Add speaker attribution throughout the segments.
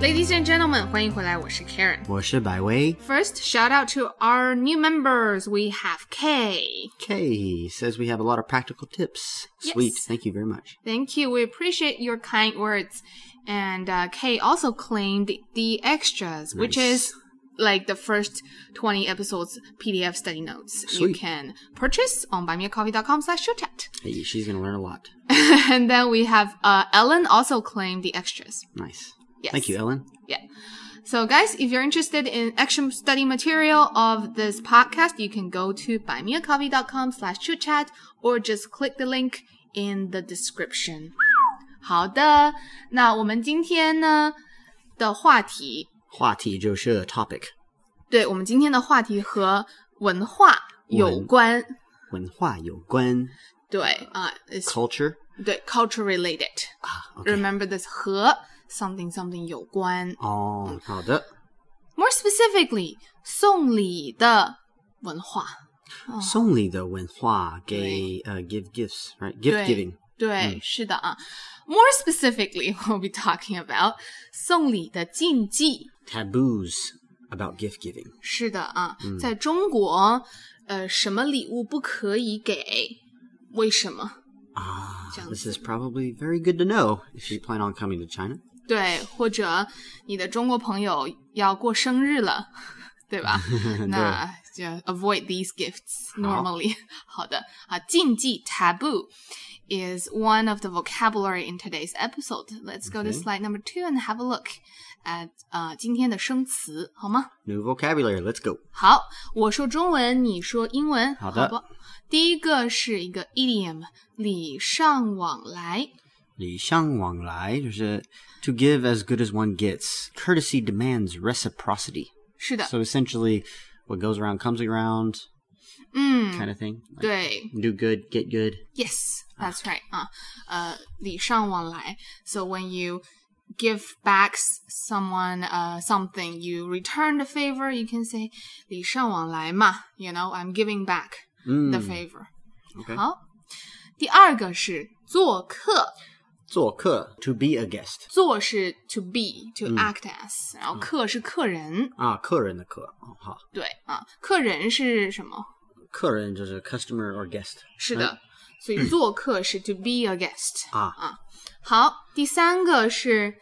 Speaker 1: Ladies and gentlemen，欢迎回来，我是 Karen。
Speaker 2: 我是百威。
Speaker 1: First, shout out to our new members. We have Kay.
Speaker 2: Kay says we have a lot of practical tips.
Speaker 1: Yes.
Speaker 2: Sweet. Thank you very much.
Speaker 1: Thank you. We appreciate your kind words. And uh, Kay also claimed the extras, which
Speaker 2: Nice.
Speaker 1: is like the first 20 episodes PDF study notes you
Speaker 2: Sweet.
Speaker 1: can purchase on buymeacoffee.com slash showchat.
Speaker 2: Hey, she's going to learn a lot.
Speaker 1: and then we have uh, Ellen also claimed the extras.
Speaker 2: Nice.
Speaker 1: Yes.
Speaker 2: Thank you, Ellen.
Speaker 1: Yeah. So, guys, if you're interested in action study material of this podcast, you can go to buymeacoffee.com slash chat or just click the link in the description. 好的，那我们今天呢的话题，对我们今天的话题和文化有关。
Speaker 2: 话题就是 topic 文化有关
Speaker 1: 对啊、uh,，it's
Speaker 2: culture Ah,
Speaker 1: 对 culture related.
Speaker 2: 啊。OK
Speaker 1: Remember this 和 something something 有关。
Speaker 2: 哦，好的。
Speaker 1: More specifically，送礼的文化。Oh.
Speaker 2: 送礼的文化给呃 uh, give gifts right gift
Speaker 1: 对
Speaker 2: giving 嗯
Speaker 1: 对，是的啊。More specifically, we'll be talking about 送礼的禁忌。
Speaker 2: taboos about gift giving
Speaker 1: 是的啊，
Speaker 2: 嗯
Speaker 1: 在中国，呃，什么礼物不可以给？为什么？
Speaker 2: 啊。
Speaker 1: 这样子。
Speaker 2: Ah, This is probably very good to know if you plan on coming to China.
Speaker 1: 对，或者你的中国朋友要过生日了， 对 吧？那就 avoid these gifts
Speaker 2: 好
Speaker 1: normally 好。的啊，禁忌 taboo is one of the vocabulary in today's episode. Let's go to
Speaker 2: Okay.
Speaker 1: slide number two and have a look at 啊、今天的生词，好吗？
Speaker 2: New vocabulary. Let's go.
Speaker 1: 好，我说中文，你说英文，
Speaker 2: 好
Speaker 1: 好
Speaker 2: 的
Speaker 1: 不？第一个是一个 idiom，礼尚往来。
Speaker 2: 礼尚往来就是 to give as good as one gets. Courtesy demands reciprocity.
Speaker 1: 是的，
Speaker 2: So essentially, what goes around comes around
Speaker 1: 嗯，
Speaker 2: kind of thing.
Speaker 1: Mm。
Speaker 2: Like,
Speaker 1: 对，
Speaker 2: do good, get good.
Speaker 1: Yes, that's right. uh, 啊，呃，礼尚往来。So when you give back s- someone uh something, you return the favor. You can say 礼尚往来嘛。You know, I'm giving back the favor.
Speaker 2: Mm. Okay.
Speaker 1: 好，第二个是做客。
Speaker 2: 做客 to be a guest.
Speaker 1: 做是 to be
Speaker 2: Mm.
Speaker 1: to act as，、然后客是客人。对啊，客人是什么？
Speaker 2: 啊，客人的客，好，客人就是 customer or guest
Speaker 1: 是的，所以做客是 to be a guest。
Speaker 2: 啊，
Speaker 1: 好，第三个是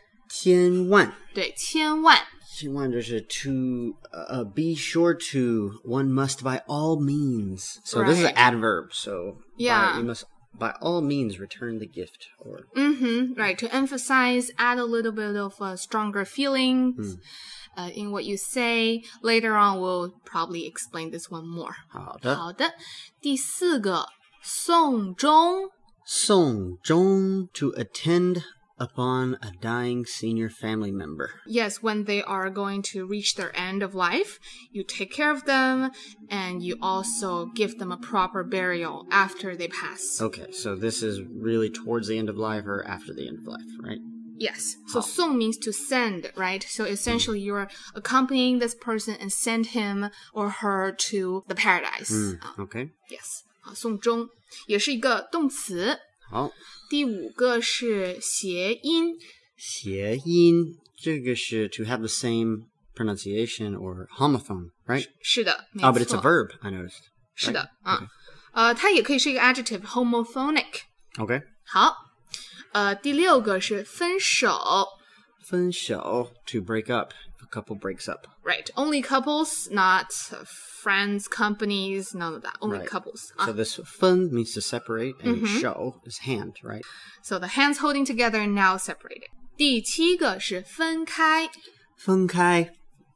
Speaker 1: 对千万。
Speaker 2: 千万千万就是 to uh, be sure to one must by all means. So this is an
Speaker 1: Right.
Speaker 2: adverb. So by-
Speaker 1: Yeah.
Speaker 2: you must by all means return the gift or
Speaker 1: Mm-hmm. Right. To emphasize, add a little bit of uh, stronger feelings uh, in what you say. Later on, we'll probably explain this one more.
Speaker 2: 好的。
Speaker 1: 好的，第四个送终。对，
Speaker 2: 送终 to attend upon a dying senior family member.
Speaker 1: Yes, when they are going to reach their end of life, you take care of them and you also give them a proper burial after they pass.
Speaker 2: Okay, so this is really towards the end of life or after the end of life, right?
Speaker 1: Yes. So song means to send, right? So
Speaker 2: Hmm.
Speaker 1: essentially you're accompanying this person and send him or her to the paradise.
Speaker 2: Hmm.
Speaker 1: 啊
Speaker 2: Okay.
Speaker 1: Yes，啊，送终也是一个动词。
Speaker 2: 好，
Speaker 1: 第五个是谐音，
Speaker 2: 谐音这个是 to have the same pronunciation or homophone, right?
Speaker 1: 是的，没错
Speaker 2: Oh, but it's a verb. I noticed.
Speaker 1: 是的
Speaker 2: right?
Speaker 1: 啊，呃，它也可以是一个 adjective，homophonic。
Speaker 2: Okay.
Speaker 1: 好，呃，第六个是分手
Speaker 2: 分手 to break up. If a couple breaks up.
Speaker 1: ，right？Only couples, not friends, companies, none of that. Only
Speaker 2: Right.
Speaker 1: couples.
Speaker 2: So
Speaker 1: 啊
Speaker 2: this 分 means to separate, and 手 is hand, right?
Speaker 1: So the hands holding together now separated. 第七个是分开，
Speaker 2: 分开.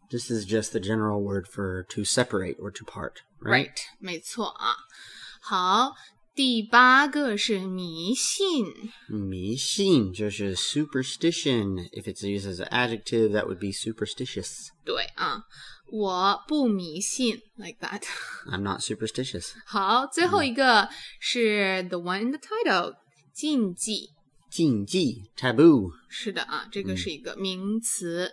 Speaker 2: This is just the general word for to separate or to part, right?
Speaker 1: 没错啊。好，第八个是迷信。
Speaker 2: 迷信就是 superstition. If it's used as an adjective, that would be superstitious.
Speaker 1: 对啊，我不迷信，like that。
Speaker 2: I'm not superstitious.
Speaker 1: 好，最后一个是 the one in the title，禁忌。
Speaker 2: 禁忌 taboo.
Speaker 1: 是的啊，这个是一个名词，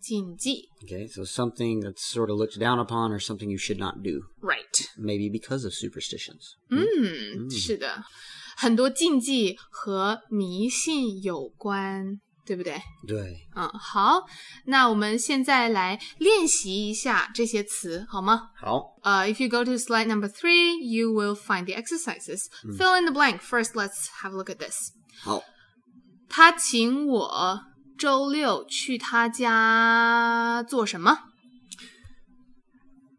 Speaker 1: 禁忌。
Speaker 2: Okay, so something that's sort of looked down upon or something you should not do,
Speaker 1: Right，
Speaker 2: maybe because of superstitions.
Speaker 1: 嗯，是的，很多禁忌和迷信有关。对不对？
Speaker 2: 对，
Speaker 1: 嗯，好，那我们现在来练习一下这些词，好吗？
Speaker 2: 好，
Speaker 1: Uh, if you go to slide number three, you will find the exercises. Fill in the blank. First, let's have a look at this.
Speaker 2: 好，
Speaker 1: 他请我周六去他家做什么？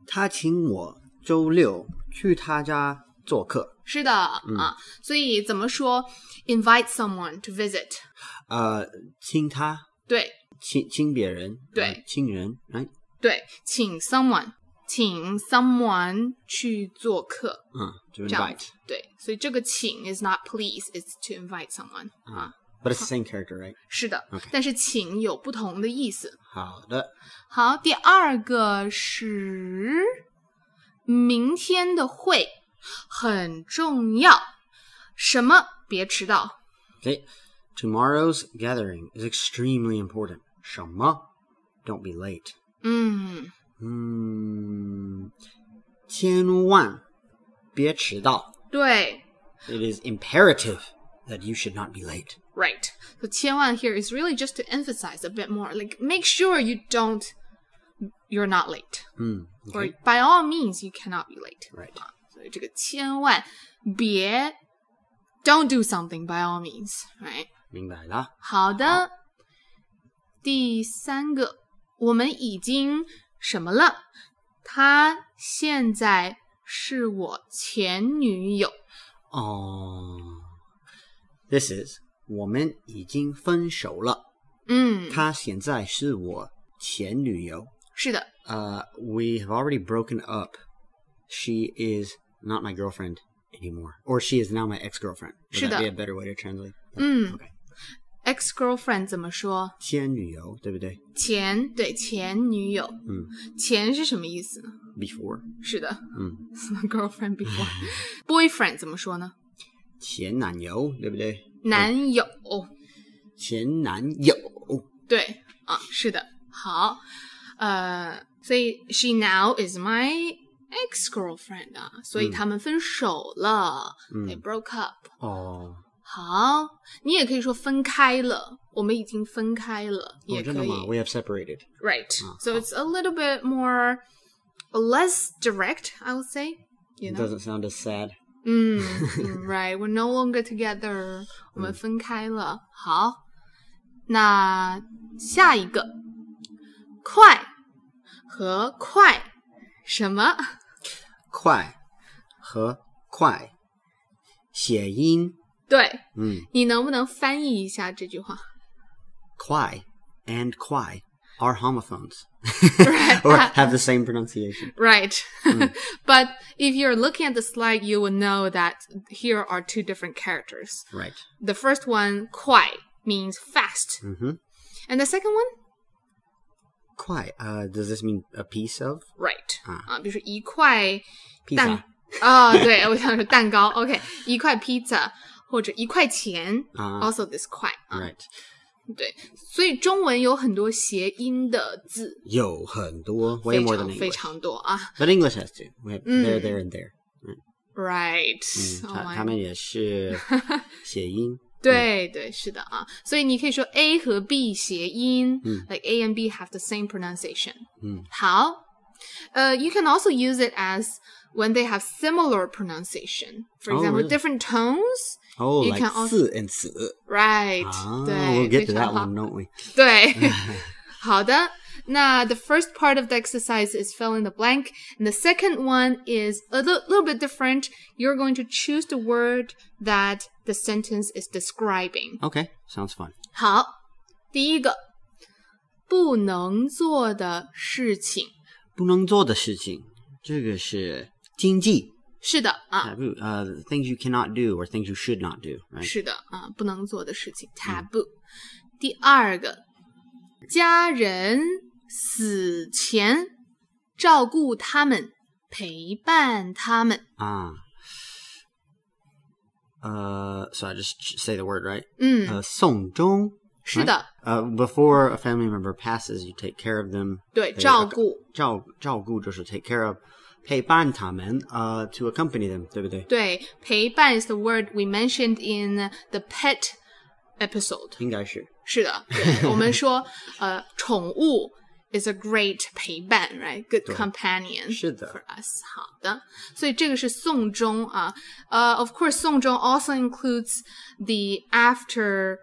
Speaker 2: 他请我周六去他家做客。
Speaker 1: 是的、啊，所以怎么说？Invite someone to visit。
Speaker 2: 呃，亲他，
Speaker 1: 对
Speaker 2: 亲亲别人，
Speaker 1: 对
Speaker 2: 呃亲人，哎，
Speaker 1: 对，请 someone，请 someone 去做客，
Speaker 2: 嗯，就
Speaker 1: 这样子
Speaker 2: invite，but。
Speaker 1: 对，所以这个请 is not please, it's to invite someone、啊。
Speaker 2: it's the same character, right？
Speaker 1: 是的
Speaker 2: OK
Speaker 1: 但是请有不同的意思。
Speaker 2: 好的，
Speaker 1: 好，第二个是明天的会很重要，什么别迟到。
Speaker 2: Okay. Tomorrow's gathering is extremely important. 什么? Don't be late.
Speaker 1: 嗯，
Speaker 2: Hmm. 千万别迟到.
Speaker 1: 对
Speaker 2: It is imperative that you should not be late.
Speaker 1: ，right。So 千万 here is really just to emphasize a bit more, like make sure you don't, you're not late,
Speaker 2: Hmm.
Speaker 1: or by all means you cannot be late.
Speaker 2: Right.
Speaker 1: 啊所以这个千万别 don't do something by all means, right?
Speaker 2: 明白了.
Speaker 1: 好的，第三个，我们已经什么了？她现在是我前女友。
Speaker 2: 哦。This is 我们已经分手了。
Speaker 1: 嗯，
Speaker 2: 她现在是我前女友。
Speaker 1: 是的，
Speaker 2: Uh, we have already broken up. She is not my girlfriend anymore, or she is now my ex-girlfriend. Would that
Speaker 1: 是的。
Speaker 2: be a better way to translate?
Speaker 1: 嗯
Speaker 2: Okay.
Speaker 1: ，ex girlfriend 怎么说？
Speaker 2: 前女友，对不对？
Speaker 1: 前对前女友，
Speaker 2: 嗯，
Speaker 1: 前是什么意思呢？
Speaker 2: Before.
Speaker 1: 是的
Speaker 2: 嗯，
Speaker 1: ，girlfriend before，boyfriend 怎么说呢？
Speaker 2: 前男友，对不对？
Speaker 1: 男友。
Speaker 2: 前男友。
Speaker 1: 对啊，是的，好，呃，所以 she now is my ex girlfriend 啊，所以他们分手了、t h e y broke up。
Speaker 2: 哦，
Speaker 1: 好，你也可以说分开了，我们已经分开了，也可以。
Speaker 2: 哦，真的吗？We oh, have separated.
Speaker 1: right，、
Speaker 2: 啊
Speaker 1: so it's a little bit more less direct, I would say. You
Speaker 2: It
Speaker 1: know，
Speaker 2: doesn't sound as sad.
Speaker 1: 嗯嗯，right，we're no longer together，我们分开了。好，那下一个，快和快什么？
Speaker 2: 快和快，谐音，嗯，快
Speaker 1: 对
Speaker 2: mm,
Speaker 1: 你能不能翻译一下这句话
Speaker 2: 快 and 快 are homophones or
Speaker 1: ？Right,
Speaker 2: have the same pronunciation.
Speaker 1: right. But if you're looking at the slide, you will know that here are two different characters.
Speaker 2: Right.
Speaker 1: The first one, 快 means fast,
Speaker 2: Mm-hmm.
Speaker 1: and the second one,
Speaker 2: Quite. Uh, does this mean a piece of
Speaker 1: right
Speaker 2: 啊
Speaker 1: 啊，比如说一块。
Speaker 2: pizza?
Speaker 1: 蛋啊、对，我想说蛋糕。OK，一块 pizza 或者一块钱、
Speaker 2: 啊
Speaker 1: a l s o this 块啊
Speaker 2: Uh, Right.
Speaker 1: 对，所以中文有很多谐音的字，
Speaker 2: 有很多, way
Speaker 1: 非
Speaker 2: more than
Speaker 1: 常非
Speaker 2: English.
Speaker 1: 常多啊。
Speaker 2: But English has to. We have there,
Speaker 1: 嗯。
Speaker 2: there, and there. Mm.
Speaker 1: Right，、
Speaker 2: 嗯，
Speaker 1: oh
Speaker 2: 他-
Speaker 1: my-
Speaker 2: 他们也是谐音。
Speaker 1: 对对是的啊，所以你可以说 A 和 B 谐音、
Speaker 2: 嗯
Speaker 1: l i k e A and B have the same pronunciation。
Speaker 2: 嗯，
Speaker 1: 好，呃、y o u can also use it as when they have similar pronunciation. For
Speaker 2: Oh,
Speaker 1: example,、
Speaker 2: really?
Speaker 1: different tones.
Speaker 2: Oh,
Speaker 1: You
Speaker 2: like
Speaker 1: can also-
Speaker 2: 四 and 死.
Speaker 1: Right，、
Speaker 2: Ah,
Speaker 1: 对
Speaker 2: we'll get
Speaker 1: 非
Speaker 2: to
Speaker 1: 常
Speaker 2: that
Speaker 1: 好
Speaker 2: one, don't we?
Speaker 1: 对，好的。那 the first part of the exercise is fill in the blank, and the second one is a li- little bit different. You're going to choose the word that the sentence is describing.
Speaker 2: Okay, sounds fun.
Speaker 1: 好，第一个，不能做的事情，
Speaker 2: 不能做的事情，这个是禁忌。
Speaker 1: 是的啊，
Speaker 2: taboo. Uh, things you cannot do or things you should not do, right?
Speaker 1: 是的啊，不能做的事情，taboo。第二个，家人死前照顾他们，陪伴他们。
Speaker 2: Ah. Uh, so I just ch- say the word, right?
Speaker 1: 嗯，
Speaker 2: Uh, 送终
Speaker 1: 是的，
Speaker 2: Uh, before a family member passes, you take care of them.
Speaker 1: 对，
Speaker 2: They-
Speaker 1: 照顾，
Speaker 2: 照-照顾就是 take care of. 陪伴他们, uh, to accompany them, 对不对？
Speaker 1: 对，陪伴 is the word we mentioned in the pet episode。
Speaker 2: 应该是。
Speaker 1: 是的，对我们说，呃，宠物 is a great 陪伴，right？Good
Speaker 2: 对
Speaker 1: companion
Speaker 2: 是的
Speaker 1: for us。好的，所以这个是送终啊。呃、o f course，送终 also includes the after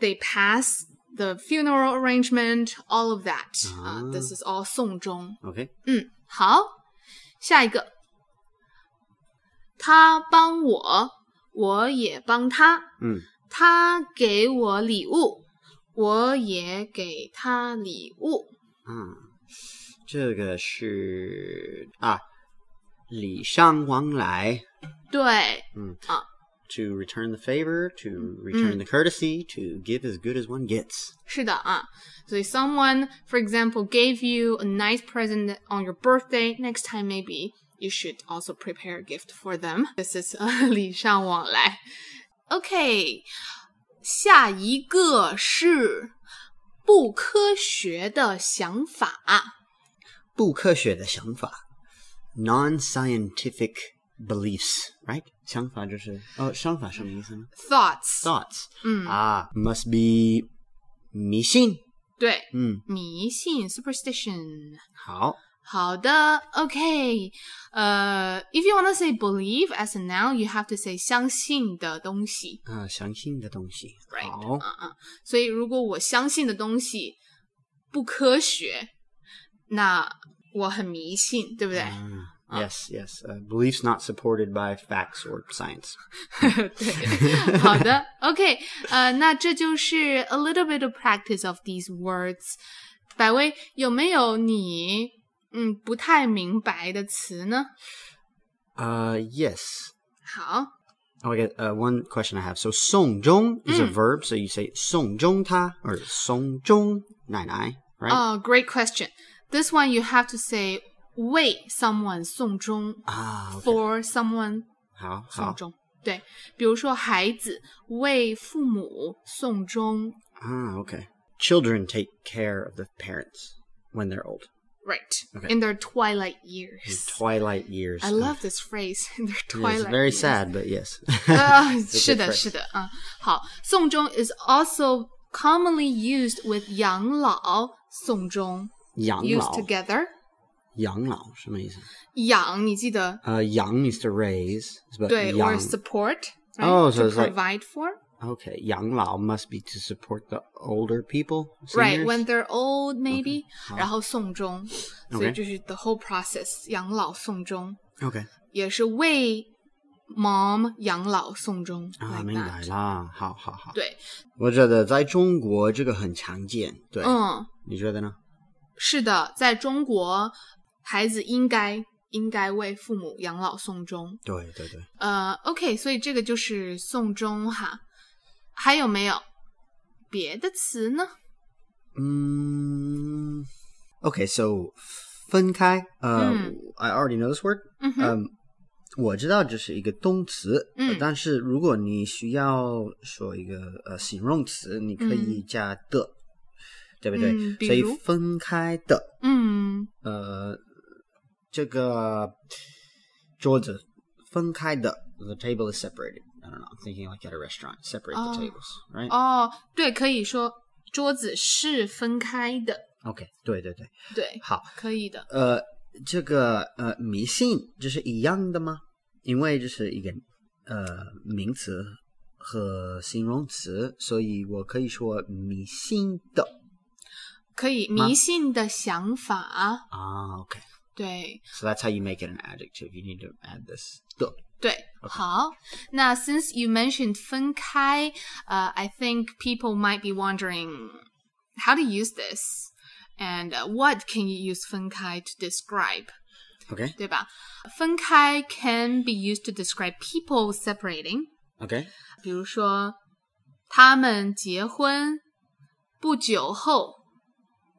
Speaker 1: they pass the funeral arrangement, all of that 啊、
Speaker 2: 啊
Speaker 1: This is all 送终。
Speaker 2: Okay.
Speaker 1: 嗯，好，下一个，他帮我，我也帮他。
Speaker 2: Mm.
Speaker 1: 他给我礼物，我也给他礼物。
Speaker 2: Ah. 这个是啊，礼尚往来。
Speaker 1: 对，
Speaker 2: To return the favor, to return the courtesy, to give as good as one gets.
Speaker 1: 是的啊。所以，someone, for example, gave you a nice present on your birthday. Next time, maybe you should also prepare a gift for them. This is uh, 礼尚往来。OK，下一个是不科学的想法。
Speaker 2: 不科学的想法，non-scientific beliefs, right? 想法就是哦，想法什么意思呢
Speaker 1: Thoughts，
Speaker 2: ？Thoughts Ah,
Speaker 1: 嗯，
Speaker 2: 啊，must be
Speaker 1: 对，迷信 superstition。
Speaker 2: 迷信。嗯，好，嗯，
Speaker 1: 好的，OK，呃、i f you wanna say believe as a noun, you have to say 相信的东西
Speaker 2: Ah, 相信的东西。
Speaker 1: ，right？Uh-huh.
Speaker 2: 好，
Speaker 1: 啊啊，所以如果我相信的东西不科学，那我很迷信，对不对？
Speaker 2: Yes, yes. Uh, beliefs not supported by facts or science.
Speaker 1: 对，好的，OK，呃，那这就是 a little bit of practice of these words。百威，有没有你嗯不太明白的词呢？
Speaker 2: Uh, yes.
Speaker 1: 好，
Speaker 2: Oh, I got uh, one question I have. So, 送终 is a
Speaker 1: Mm.
Speaker 2: verb. So you say 送终他 or 送终奶奶, right?
Speaker 1: Oh, great question. This one you have to say 为 someone 送终
Speaker 2: ah, okay.
Speaker 1: for someone
Speaker 2: 好，
Speaker 1: 送
Speaker 2: 好。
Speaker 1: 终。对，比如说孩子为父母送终
Speaker 2: Ah, okay. Children take care of the parents when they're old.
Speaker 1: ，right
Speaker 2: Okay.
Speaker 1: in their twilight
Speaker 2: In
Speaker 1: years.
Speaker 2: twilight years.
Speaker 1: I love this phrase in their
Speaker 2: Yes,
Speaker 1: twilight.
Speaker 2: very
Speaker 1: years.
Speaker 2: sad, but yes.
Speaker 1: 啊
Speaker 2: It's a
Speaker 1: 是
Speaker 2: good
Speaker 1: 的，
Speaker 2: phrase.
Speaker 1: 是的，啊、好，送终 is also commonly used with 养老送终 used
Speaker 2: 养老
Speaker 1: together.
Speaker 2: 养老什么意思？
Speaker 1: 养，你记得
Speaker 2: Uh, 养 means to raise, but
Speaker 1: 对
Speaker 2: 养-
Speaker 1: or support right?
Speaker 2: Oh, so
Speaker 1: to
Speaker 2: it's like-
Speaker 1: provide for.
Speaker 2: Okay, 养老 must be to support the older people.
Speaker 1: Right,
Speaker 2: seniors?
Speaker 1: when they're old, maybe，、
Speaker 2: 好
Speaker 1: 然后送终所以
Speaker 2: OK
Speaker 1: 就是 the whole process 养老送终，
Speaker 2: okay.
Speaker 1: 也是为 mom 养老送终。like
Speaker 2: Ah,
Speaker 1: that
Speaker 2: 明白啦，好好好。
Speaker 1: 对，
Speaker 2: 我觉得在中国这个很常见，对，
Speaker 1: 嗯，
Speaker 2: 你觉得呢？
Speaker 1: 是的，在中国，孩子应该应该为父母养老送终。
Speaker 2: 对，对，对。
Speaker 1: 呃，OK，所以这个就是送终哈。还有没有别的词呢？
Speaker 2: Mm, okay, so 分开. Um,
Speaker 1: 嗯。
Speaker 2: I already know this word.
Speaker 1: 嗯哼
Speaker 2: Um, 我知道这是一个动词，
Speaker 1: 嗯。
Speaker 2: 呃但是如果你需要说一个呃形容词，你可以加的，对不对？
Speaker 1: 嗯，
Speaker 2: 所
Speaker 1: 比
Speaker 2: 以
Speaker 1: 如？
Speaker 2: 分开的，呃，呃
Speaker 1: 嗯，
Speaker 2: 这个桌子分开的，the table is separated. I don't know. I'm thinking like at a restaurant, separate
Speaker 1: Oh.
Speaker 2: the tables, right?
Speaker 1: 哦，对，可以说桌子是分开的，
Speaker 2: Okay. 对对对，
Speaker 1: 对，
Speaker 2: 好。
Speaker 1: 可以的。
Speaker 2: 呃，这个呃迷信这是一样的吗？因为这是一个呃名词和形容词，所以我可以说迷信的
Speaker 1: 可以
Speaker 2: 吗
Speaker 1: 迷信的想法，
Speaker 2: 啊。OK，
Speaker 1: 对
Speaker 2: so that's how you make it an adjective. You need to add this 的。
Speaker 1: 对。好，那 since you mentioned 分开，呃、i think people might be wondering how to use this and uh, what can you use 分开 to describe，
Speaker 2: OK
Speaker 1: 对吧？分开 can be used to describe people separating，
Speaker 2: OK
Speaker 1: 比如说他们结婚不久后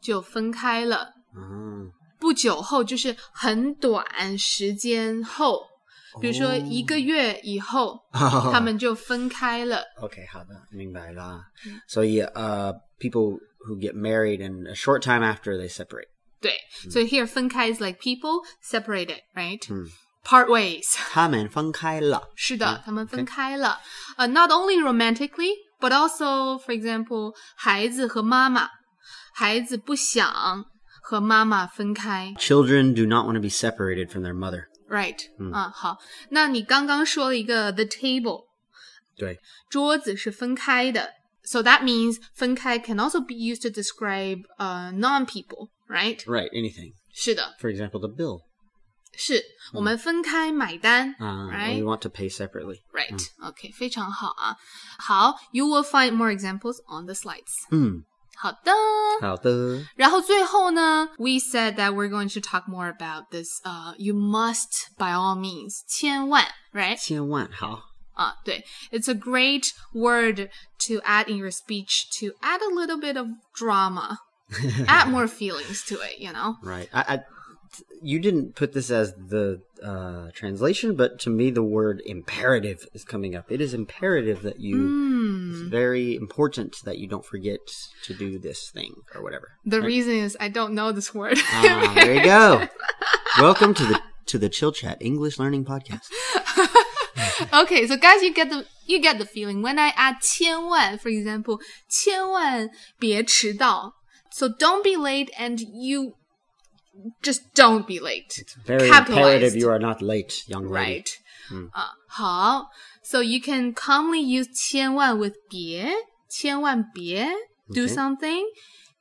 Speaker 1: 就分开了。
Speaker 2: 嗯，
Speaker 1: 不久后，就是很短时间后，比如说一个月以后，他
Speaker 2: 他
Speaker 1: 们就分开了。
Speaker 2: OK 好的，明白啦。所以呃，people who get married and a short time after they separate.
Speaker 1: 对，所以 here 分开 is like people separated, right?
Speaker 2: 嗯
Speaker 1: Part ways.
Speaker 2: 他们分开了。
Speaker 1: 是的，他们分开了。呃、n o t only romantically, But also, for example，孩子和妈妈，孩子不想和妈妈分开。
Speaker 2: Children do not want to be separated from their mother.
Speaker 1: Right，啊，好，那你刚刚说了一个 the table，
Speaker 2: 对，
Speaker 1: 桌子是分开的，so that means 分开 can also be used to describe uh, 呃 non people，right？
Speaker 2: Right, anything.
Speaker 1: 是的，
Speaker 2: For example, the bill.
Speaker 1: 是我们分开买单
Speaker 2: Uh, We
Speaker 1: ，right？
Speaker 2: want to pay separately.
Speaker 1: Right. OK，非常好啊。好，You will find more examples on the slides.
Speaker 2: 嗯，
Speaker 1: 好的。
Speaker 2: 好的。
Speaker 1: 然后最后呢，We said that we're going to talk more about this. Uh, you must by all means，千万，right？
Speaker 2: 千万好。
Speaker 1: 啊，Uh, 对，It's a great word to add in your speech to add a little bit of drama, add more feelings to it. You know?
Speaker 2: Right. I, I, you didn't put this as the uh, translation, but to me, the word imperative is coming up. It is imperative that you.
Speaker 1: Hmm. Mm-hmm.
Speaker 2: It's very important that you don't forget to do this thing or whatever.
Speaker 1: The reason is I don't know this word.
Speaker 2: Ah, there you go. Welcome to the to the Chill Chat English Learning Podcast.
Speaker 1: okay, so guys, you get the you get the feeling when I add 千万, for example, 千万别迟到. So don't be late, and you just don't be late. It's
Speaker 2: Very imperative you are not late, young lady.
Speaker 1: right?
Speaker 2: Hmm.
Speaker 1: Uh, 啊，好 So you can calmly use 千万 with 别，千万别 do
Speaker 2: Okay.
Speaker 1: something，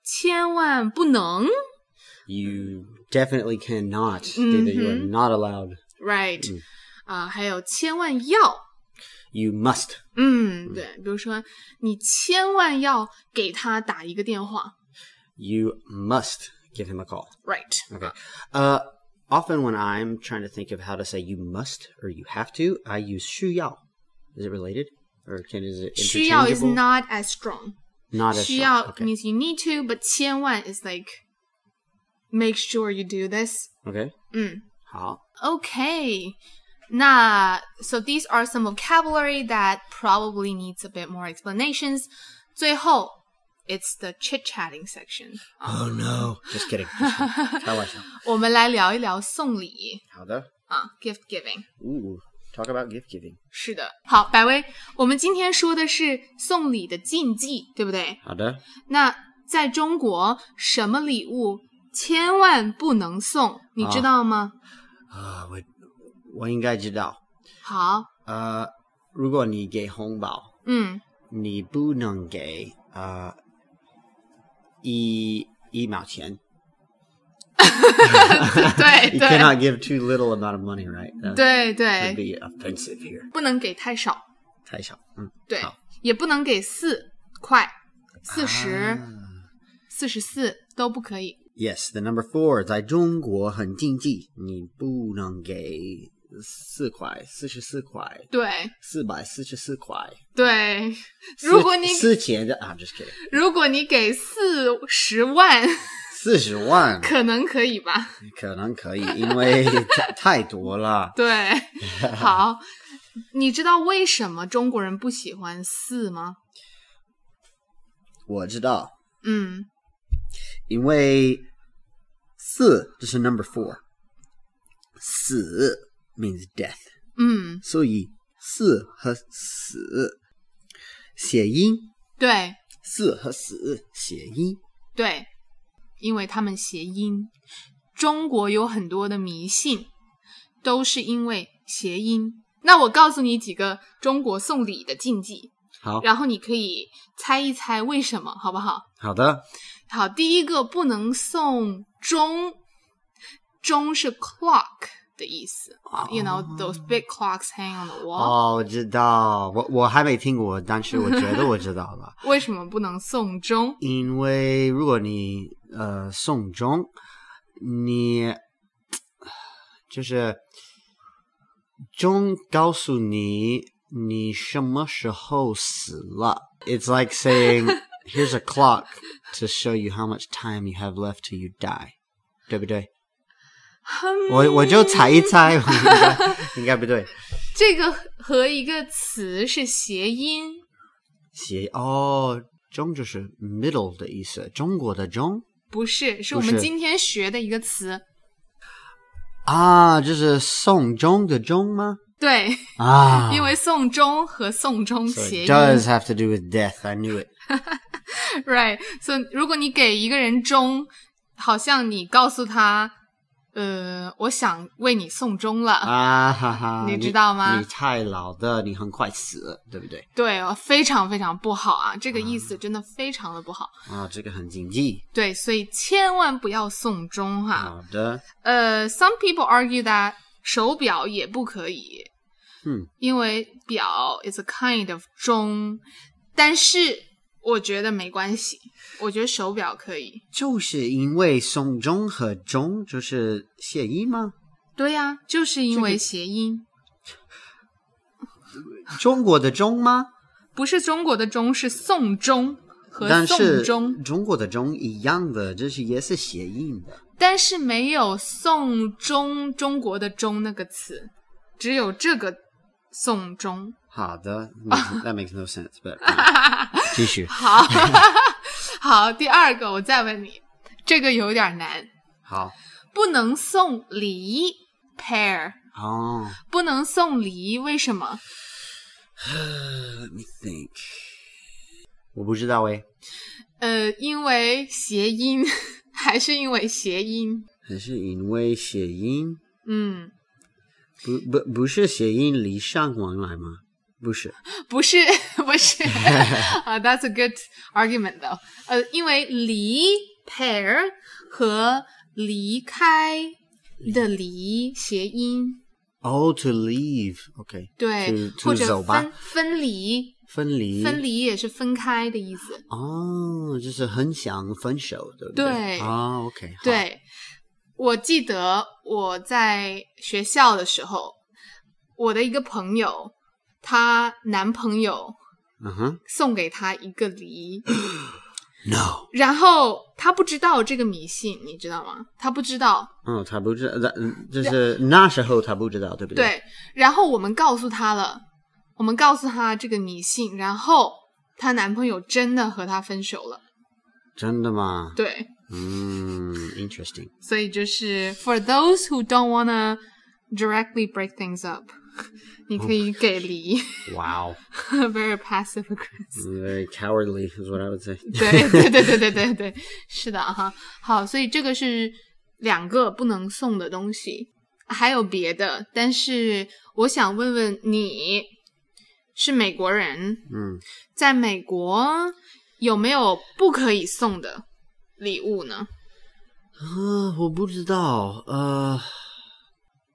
Speaker 1: 千万不能
Speaker 2: You definitely cannot do that. You are
Speaker 1: Mm-hmm.
Speaker 2: not allowed.
Speaker 1: right
Speaker 2: Hmm.
Speaker 1: 啊，Uh, 还有千万要。
Speaker 2: You must. Hmm.
Speaker 1: 嗯，对，比如说你千万要给他打一个电话
Speaker 2: You must give him a call.
Speaker 1: ，right？
Speaker 2: Okay. Uh, often when I'm trying to think of how to say you must or you have to, I use 需要. Is it related? Or can is it
Speaker 1: 需要 is
Speaker 2: interchangeable?
Speaker 1: not as strong.
Speaker 2: not as
Speaker 1: 需
Speaker 2: strong.
Speaker 1: 要
Speaker 2: Okay.
Speaker 1: means you need to, but 千万 is like make sure you do this.
Speaker 2: Okay.
Speaker 1: 嗯
Speaker 2: 好。
Speaker 1: ，OK。那 so these are some vocabulary that probably needs a bit more explanations. 最后，it's the chit chatting section. Uh,
Speaker 2: Oh no! Just kidding. Just kidding. Tell us.
Speaker 1: 我们来聊一聊送礼
Speaker 2: How the?
Speaker 1: 啊，gift giving.
Speaker 2: Ooh, talk about gift giving.
Speaker 1: 是的，好，百威，我们今天说的是送礼的禁忌，对不对？
Speaker 2: How the?
Speaker 1: 那在中国，什么礼物千万不能送，你知道吗？
Speaker 2: Ah, we, 我应该知道。
Speaker 1: 好，
Speaker 2: Uh, 如果你给红包，
Speaker 1: 嗯，
Speaker 2: 你不能给 uh 一一毛钱。
Speaker 1: 对
Speaker 2: You
Speaker 1: 对
Speaker 2: cannot give too little amount of money, right? That
Speaker 1: 对
Speaker 2: would
Speaker 1: 对，
Speaker 2: be offensive here.
Speaker 1: 不能给太少，
Speaker 2: 太少。嗯，
Speaker 1: 对
Speaker 2: 好，
Speaker 1: 也不能给四块、四
Speaker 2: 啊
Speaker 1: 十、四十四都不可以。
Speaker 2: Ah, Yes, the number four 在中国很禁忌，你不能给四块、四十四块、
Speaker 1: 对
Speaker 2: 四百四十四块。
Speaker 1: 对， 如果你
Speaker 2: 嗯四千的，I'm just kidding，
Speaker 1: 如果你给四十万，
Speaker 2: 四十万
Speaker 1: 可能可以吧？
Speaker 2: 可能可以，因为太太多了。
Speaker 1: 对，好，你知道为什么中国人不喜欢四吗？
Speaker 2: 我知道，
Speaker 1: 嗯，
Speaker 2: 因为四这是 number four，死 means death，
Speaker 1: 嗯，
Speaker 2: 所以四和死谐音，
Speaker 1: 对
Speaker 2: 四和死谐音。
Speaker 1: 对，因为他们谐音。中国有很多的迷信，都是因为谐音。那我告诉你几个中国送礼的禁忌，
Speaker 2: 好
Speaker 1: 然后你可以猜一猜为什么，好不好？
Speaker 2: 好的，
Speaker 1: 好，第一个不能送钟，钟是 clock 的意思。You 啊 know those big clocks hang on the wall.
Speaker 2: 哦，我知道，我我还没听过，但是我觉得我知道了。
Speaker 1: 为什么不能送钟？
Speaker 2: 因为如果你呃送钟，你就是钟告诉你你什么时候死了。It's like saying here's a clock to show you how much time you have left till you die，对不对？我我就猜一 猜，我应该应该不对。
Speaker 1: 这个和一个词是谐音，
Speaker 2: 写哦，钟就是 middle 的意思，中国的钟。
Speaker 1: 不是，是
Speaker 2: 不
Speaker 1: 我
Speaker 2: 是
Speaker 1: 们今天学的一个词。
Speaker 2: 啊，这是送钟的钟吗？
Speaker 1: 对，
Speaker 2: Ah.
Speaker 1: 因为送终和送终
Speaker 2: So
Speaker 1: 谐
Speaker 2: it
Speaker 1: 音。
Speaker 2: does have to do with death. I knew it.
Speaker 1: Right，所、以如果你给一个人钟，好像你告诉他，呃，我想为你送终了。
Speaker 2: 啊哈哈！
Speaker 1: 你知道吗
Speaker 2: 你太老的，你很快死，对不对？
Speaker 1: 对，哦非常非常不好啊，这个意思真的非常的不好。
Speaker 2: 啊，这个很禁忌。
Speaker 1: 对，所以千万不要送钟哈、
Speaker 2: 好的，
Speaker 1: 呃，some people argue that 手表也不可以，
Speaker 2: 嗯，
Speaker 1: 因为表 is a kind of 钟，但是我觉得没关系，我觉得手表可以。
Speaker 2: 就是因为送终和钟就是谐音吗？
Speaker 1: 对呀、就是因
Speaker 2: 这个
Speaker 1: 为谐音，
Speaker 2: 中国的钟吗？
Speaker 1: 不是中国的钟，是送钟和
Speaker 2: 但
Speaker 1: 送
Speaker 2: 是
Speaker 1: 钟。
Speaker 2: 中国的钟一样的，就是也是谐音的。
Speaker 1: 但是没有“送终”中国的“终”那个词，只有这个“送终
Speaker 2: 好的嗯 that makes no sense. But 嗯继续”。
Speaker 1: 好， 好，第二个我再问你，这个有点难，
Speaker 2: 好
Speaker 1: 不能送礼 pair，
Speaker 2: 哦。
Speaker 1: 不能送礼，为什么？
Speaker 2: 呃 Let me think. 我不知道诶，
Speaker 1: 呃，因为谐音， 还是因为谐音？
Speaker 2: 还是因为谐音？
Speaker 1: 嗯，
Speaker 2: 不不不是谐音礼尚往来吗？不是。
Speaker 1: 不是，不是 啊、t h a t s a good argument though。呃，因为离 pair 和离开的离谐音，
Speaker 2: Oh, to leave. OK，
Speaker 1: 对
Speaker 2: to，to
Speaker 1: 或者
Speaker 2: 走吧
Speaker 1: 分分离，
Speaker 2: 分离，
Speaker 1: 分离也是分开的意思。
Speaker 2: 哦，就是很想分手，对不
Speaker 1: 对
Speaker 2: 啊，OK，好，
Speaker 1: 对，我记得我在学校的时候，我的一个朋友，她男朋友
Speaker 2: 嗯哼
Speaker 1: 送给她一个梨，
Speaker 2: ，No，
Speaker 1: 然后她不知道这个迷信，你知道吗？她不知道，
Speaker 2: 嗯，他不知道，嗯就是那时候他不知道，对不对？
Speaker 1: 对。然后我们告诉她了，我们告诉她这个迷信，然后她男朋友真的和她分手了，
Speaker 2: 真的吗？
Speaker 1: 对。
Speaker 2: 嗯，interesting，
Speaker 1: 所以就是 for those who don't wanna directly break things up，你 可以给梨。
Speaker 2: wow,
Speaker 1: very passive aggressive。
Speaker 2: very cowardly is what I would say.
Speaker 1: 对对对对对对对，是的哈。好，所以这个是两个不能送的东西，还有别的。但是我想问问你，是美国人，
Speaker 2: 嗯，
Speaker 1: 在美国有没有不可以送的礼物呢？
Speaker 2: 啊，我不知道，呃，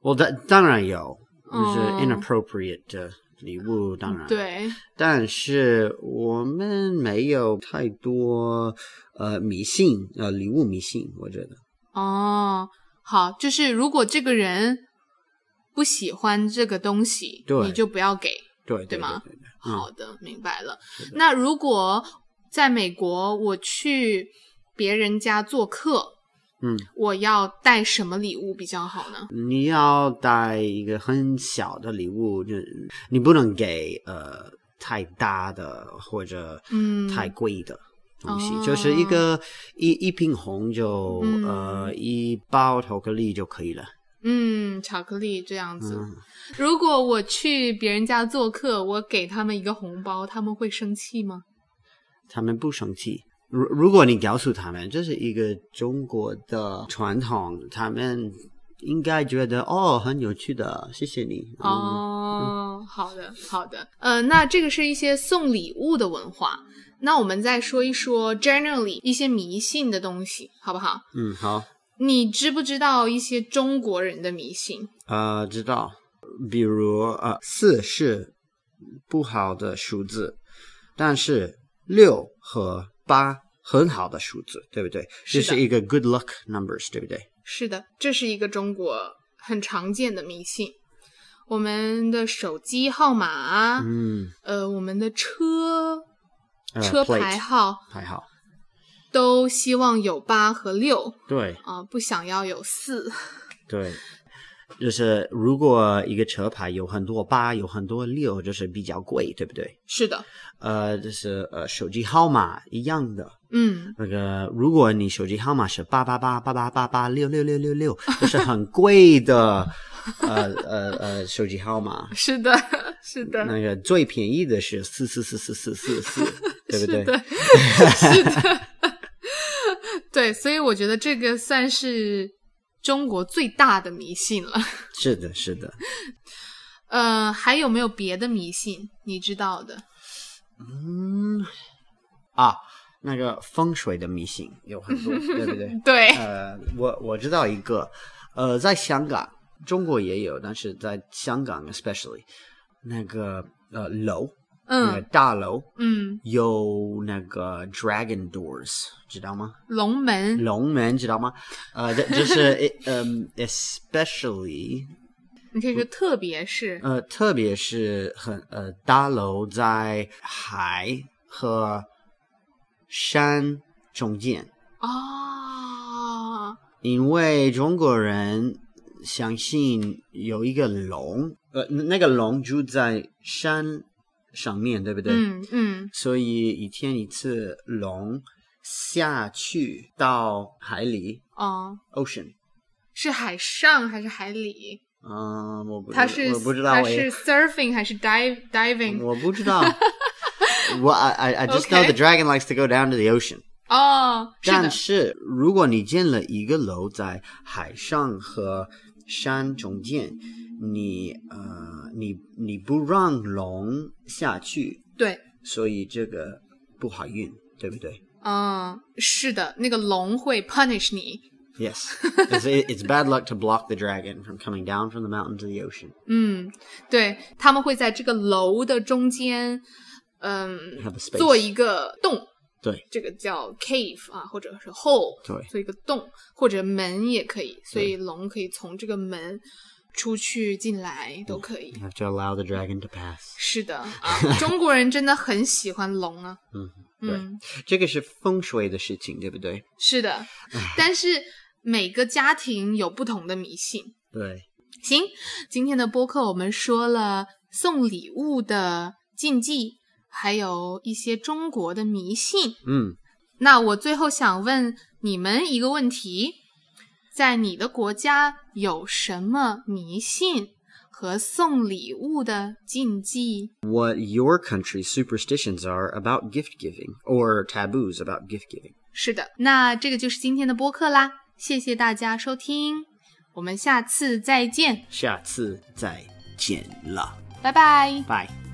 Speaker 2: 我当当然有，就是
Speaker 1: 嗯
Speaker 2: inappropriate 的礼物，当然，
Speaker 1: 对，
Speaker 2: 但是我们没有太多呃迷信，呃礼物迷信，我觉得
Speaker 1: 哦，好，就是如果这个人不喜欢这个东西，
Speaker 2: 对
Speaker 1: 你就不要给。
Speaker 2: 对
Speaker 1: 对吗
Speaker 2: 对对嗯
Speaker 1: 好的，明白了。那如果在美国我去别人家做客，
Speaker 2: 嗯，
Speaker 1: 我要带什么礼物比较好呢？
Speaker 2: 你要带一个很小的礼物，就你不能给呃太大的或者
Speaker 1: 嗯
Speaker 2: 太贵的。东西
Speaker 1: 哦
Speaker 2: 就是一个一一瓶红酒，
Speaker 1: 嗯
Speaker 2: 呃，一包巧克力就可以了。
Speaker 1: 嗯，巧克力这样子。
Speaker 2: 嗯，
Speaker 1: 如果我去别人家做客，我给他们一个红包，他们会生气吗？
Speaker 2: 他们不生气。如如果你告诉他们这是一个中国的传统，他们应该觉得哦很有趣的，谢谢你。嗯，
Speaker 1: 哦，好的，好的，呃，那这个是一些送礼物的文化，那我们再说一说 generally 一些迷信的东西，好不好？
Speaker 2: 嗯，好，
Speaker 1: 你知不知道一些中国人的迷信？
Speaker 2: 呃，知道。比如呃，四是不好的数字，但是六和八很好的数字，对不对？
Speaker 1: 是
Speaker 2: 这
Speaker 1: 的
Speaker 2: 是一个 good luck numbers，对不对？
Speaker 1: 是的，这是一个中国很常见的迷信。我们的手机号码，
Speaker 2: 嗯，
Speaker 1: 呃，我们的车
Speaker 2: 呃
Speaker 1: 车
Speaker 2: plate
Speaker 1: 牌号
Speaker 2: 还好，
Speaker 1: 都希望有八和六
Speaker 2: 对
Speaker 1: 啊、不想要有四。
Speaker 2: 对。就是如果一个车牌有很多八，有很多六，就是比较贵，对不对？
Speaker 1: 是的，
Speaker 2: 呃，就是呃，手机号码一样的，
Speaker 1: 嗯，
Speaker 2: 那个，如果你手机号码是八八八八八八八六六六六六，这是很贵的呃呃呃手机号码，
Speaker 1: 是的，是的，
Speaker 2: 那个最便宜的是四四四四四四四，对不
Speaker 1: 是
Speaker 2: 对？
Speaker 1: 的，是的，对，所以我觉得这个算是中国最大的迷信了。
Speaker 2: 是的，是的。
Speaker 1: 呃，还有没有别的迷信你知道的？
Speaker 2: 嗯，啊，那个风水的迷信有很多，对不对？
Speaker 1: 对，
Speaker 2: 呃，我我知道一个，呃，在香港，中国也有，但是在香港 especially，那个呃楼，那个
Speaker 1: 嗯
Speaker 2: 大楼
Speaker 1: 嗯，
Speaker 2: 有那个 dragon doors，知道吗？
Speaker 1: 龙门，
Speaker 2: 龙门知道吗？呃，这这是嗯、especially
Speaker 1: 你可以说特别是
Speaker 2: 呃，特别是很呃大楼在海和山中间。
Speaker 1: 哦，
Speaker 2: 因为中国人相信有一个龙，呃，那那个龙住在山上面，对不对？
Speaker 1: 嗯嗯
Speaker 2: 所以一天一次龙下去到海里
Speaker 1: 哦，
Speaker 2: （ocean）。
Speaker 1: 是海上还是海里？
Speaker 2: 嗯、我不，
Speaker 1: 它是
Speaker 2: 我不知道，
Speaker 1: 它
Speaker 2: 我也
Speaker 1: 是 surfing 还是 dive diving？
Speaker 2: 我不 知道。我 I I I just know the
Speaker 1: Okay.
Speaker 2: dragon likes to go down to the ocean。
Speaker 1: 哦，是的
Speaker 2: 但，是如果你建了一个楼在海上和山中间，你呃，你你不让龙下去，
Speaker 1: 对，
Speaker 2: 所以这个不好运，对不对
Speaker 1: 嗯，是的，那个龙会 punish 你。
Speaker 2: ？Yes, it's it's bad luck to block the dragon from coming down from the mountain to the ocean.
Speaker 1: 嗯，对，他们会在这个楼的中间，嗯，
Speaker 2: Have a space.
Speaker 1: 做一个洞，
Speaker 2: 对
Speaker 1: 这个叫 cave 啊，或者是 hole，
Speaker 2: 对
Speaker 1: 做一个洞或者门也可以，所以龙可以从这个门出去、进来都可以。
Speaker 2: You have to allow the dragon to pass.
Speaker 1: 是的啊，中国人真的很喜欢龙啊。
Speaker 2: 嗯，对
Speaker 1: 嗯，
Speaker 2: 这个是风水的事情，对不对？
Speaker 1: 是的，但是每个家庭有不同的迷信。
Speaker 2: 对，
Speaker 1: 行，今天的播客我们说了送礼物的禁忌，还有一些中国的迷信。
Speaker 2: 嗯，
Speaker 1: 那我最后想问你们一个问题：在你的国家有什么迷信和送礼物的禁忌？
Speaker 2: what your country's superstitions are about gift giving or taboos about gift giving.
Speaker 1: 是的，那这个就是今天的播客啦，谢谢大家收听，我们下次再见，
Speaker 2: 下次再见了，
Speaker 1: 拜拜。
Speaker 2: 拜。